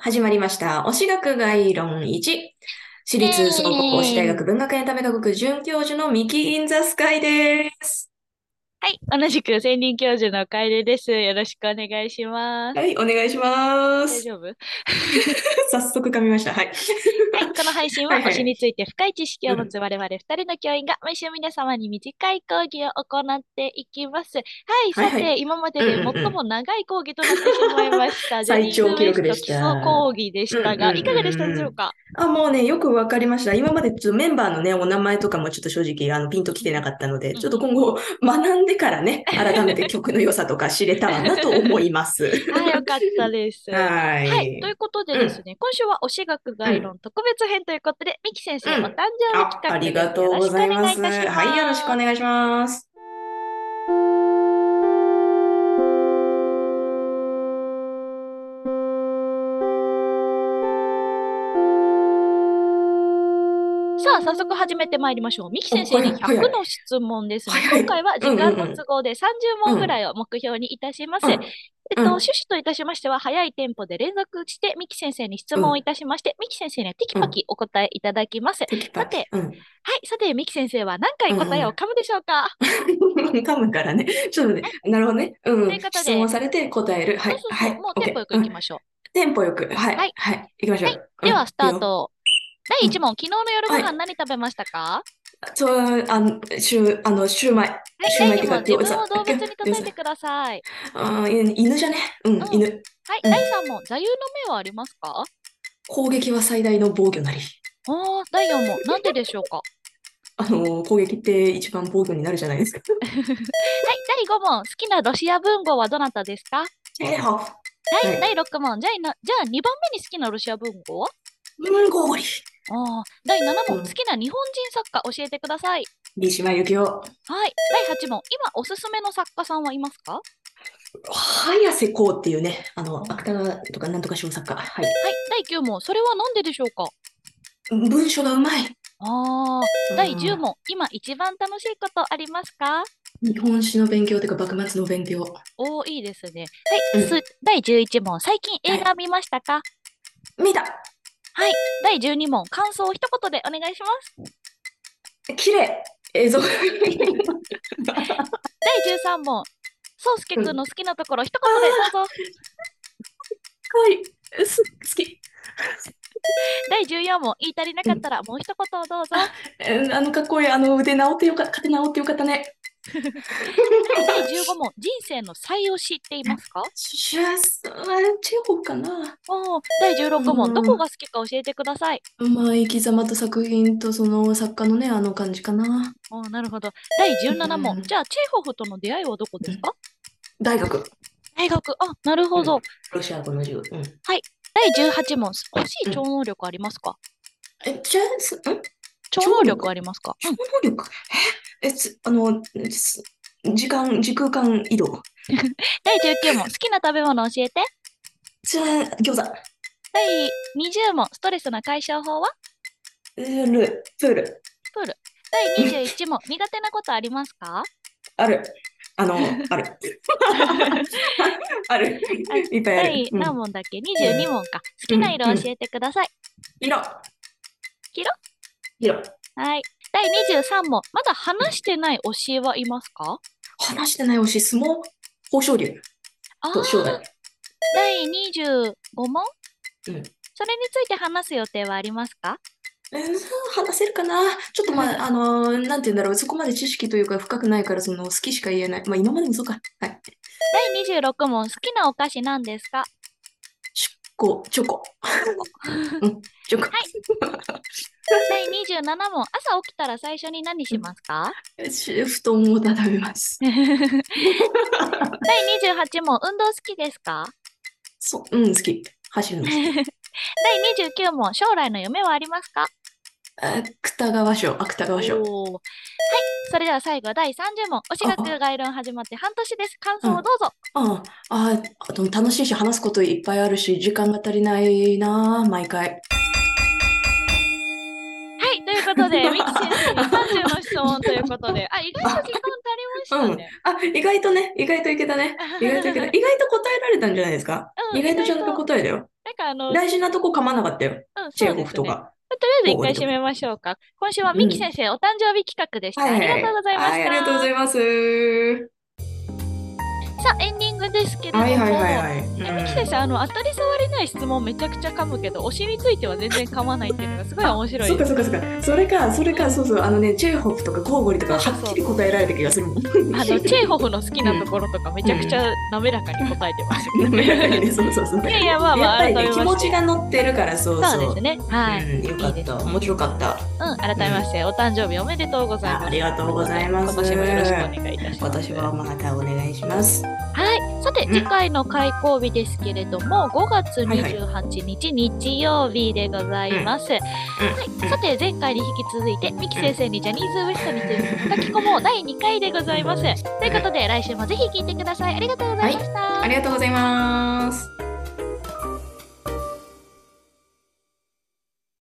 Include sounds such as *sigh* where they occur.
始まりました。推し学概論1。私立総合推し大学文学エンタメ科学准教授のミキ・イン・ザ・スカイです。はい、同じく専任教授の楓です。よろしくお願いします。はい、お願いしま大す。丈夫 *laughs* はい、早速噛みました。はい。この配信ははいはい推しについて深い知識を持つ我々二人の教員が毎週皆様に短い講義を行っていきます。はい、はいはいさて、今までうでんうんうん最も長い講義となってしまいました。ジャニー *laughs* ズ最長記録でしたウエスト基礎講義でしたが、うんうんうんうんいかがでしたでしょ *laughs* うかあ、もうね、よくわかりました。今までちょっとメンバーのね、お名前とかもちょっと正直、あの、ピンときてなかったので、うんちょっと今後、学んでからね、改めて曲の良さとか知れたらなと思います。 *laughs* はい、よかったです。 *laughs* ははいい。ということでですね、今週は推し学概論特別編ということで、ミキ先生おうん誕生日あ、企画ありですがとうございます。よろしくお願いいたしはい、よろしくおます。願いします。さあ、早速始めてまいりましょう。ミキ先生にお早い早い100の質問ですね。早い今回は時間の都合で30問ぐらいを目標にいたします。うんえっと、うん趣旨といたしましては、早いテンポで連続してミキ先生に質問をいたしまして、ミキ先生にはテキパキお答えいただきます。テキパキさてうん。 *laughs* はい、さて、ミキ先生は何回答えを噛むでしょうか、噛むからね。ちょっとね、なるほどね。うん。ということで質問されて答える。はい。そうそうはそうい。もうテンポよくいきましょう。す。テンポよく。はい。はいはい。行きましょう。はいでは、スターうん。いいよト。第1問、昨日の夜ご飯何食べましたかそう、あの、シュー、あの、シューマイ。シュはーい、マイっ第て2か、問、自分餃を子動物に例え餃てください。子あーい犬じゃね。うんう、ん犬。はい、うん第3問、座右の銘はありますか攻撃は最大の防御なり。おー、第4問、なんででしょうかはあの、攻撃って一番防御になるじゃないです *laughs* か。い、第5問、好きなロシア文豪はどなたですかチェーホフ。第,、はい第6問、じゃあいなじゃあ2番目に好きなロシア文豪はうん、ゴーリ。あー第7問、うん好きな日本人作家教えてください。三島由紀夫。はい、第8問、今おすすめの作家さんはいますかはい、早瀬こうっていうね、あの、芥川とかなんとか小作家。はい。第9問、それはなんででしょうか文章がうまい。あー、うん第10問、今一番楽しいことありますか日本史の勉強というか幕末の勉強。おー、いいですね。うはい、んす第11問、最近映画見ましたか、見た第12問、感想を一言でお願いします。綺麗映 *laughs* 像第13問、そうすけくんの好きなところ一言でどうぞ。はい、す好き。第14問、言い足りなかったらもう一言をどうぞ。えーあのかっこいい、あの腕治ってよかった、手治ってよかったね。 *laughs* 第15問、人生の最推しって言いますかシュワスチェホフかな。おー、第16う問、んどこが好きか教えてください。まあ、生き様と作品とその作家のね、あの感じかな。おー、なるほど。第17うん問、じゃあチェーホフとの出会いはどこですか大学、大学、あ、なるほうど。ロシア語の授業。うん、第18問、欲しい超能力ありますかえ、じゃあ、すん超能超能力ありますかうん力え、えつあの、す時間、時空間移動。第19問、好きな食べ物教えて。じゃあ、餃子、第20問、ストレスの解消 *laughs* 法はえール、プール。第21問、苦手なことありますかある。あ *laughs* の、ある。ある。いっぱいある。第うん何問だっけ ?22 問か。好きな色教えてください。色。黄色。はい。第23問、まだ話してない教えはいますか話してない推し、相撲、豊昇龍あと将ー来。第25問、うんそれについて話す予定はありますかえー話せるかなちょっとまあ、あのーなんて言うんだろう。そこまで知識というか深くないから、その、好きしか言えない。まあ、今までもそうか。はい。第26問、好きなお菓子なんですかチョコ、チョコ。 *laughs* うん、チョコ。第27問、朝起きたら最初に何しますかし布団を畳みます。*laughs* *laughs* 第28問、運動好きですかそう、うん、好き。走 *laughs* るの好き。第29問、将来の夢はありますかあ芥川賞、芥川賞。おーはい、それでは最後、第30問、推し学概論始まって半年です。感想をどうぞ。ああ、あと楽しいし、話すこといっぱいあるし、時間が足りないな、毎回。はい、ということで、ミキ先生に30の質質問ということで。あ、意外と時間足りましたね。あ、意外とね、意外といけた *laughs* ね。意外といけた。意外と答えられたんじゃないですかうん意外とちゃんと答えだよ。なんかあの、うん、大事なとこ噛まなかったよ。チそェーホうでフすとね。か。とりあえず一回締めましょうか。今週はミキ先生、お誕生日企画でした。ありがとうございまはしい、た。ありがとうございます。はさあ、エンディングですけれども。いはいはいはい。えミキ先生、あの、当たり障りない質問めちゃくちゃ噛むけど、推しについては全然噛まないっていうのがすごい面白そいうかでそす。うかそうか。それか、それか、そうそう。あのね、チェーホフとかコウゴリとかそはうそうそうっきり答えられた気がするもん。あの、チェーホフの好きなところとかめちゃくちゃ滑らかに答えてますよ滑らかにね。ね、そうそうそう。いやいや、まあまやあ、っぱり改ね、気めま持してち。が乗ってるから、そうそう。そうですね。はい。うん、よかいいっでた。す面白かった。うん、改めまして、お誕生日おめでとうございます。ありがとうございます今年もよろしくお願いいたします。今年はまたお願いします。はい。さて、うん次回の開講日ですけれども、5月はいはい28日、日曜日でございます。はいうん。さて、前回に引き続いて、ミキ先生にジャニーズ WEST について書き込もう第2回でございます。ということで、来週もぜひ聞いてください。ありがとうございました。ありがとうございます。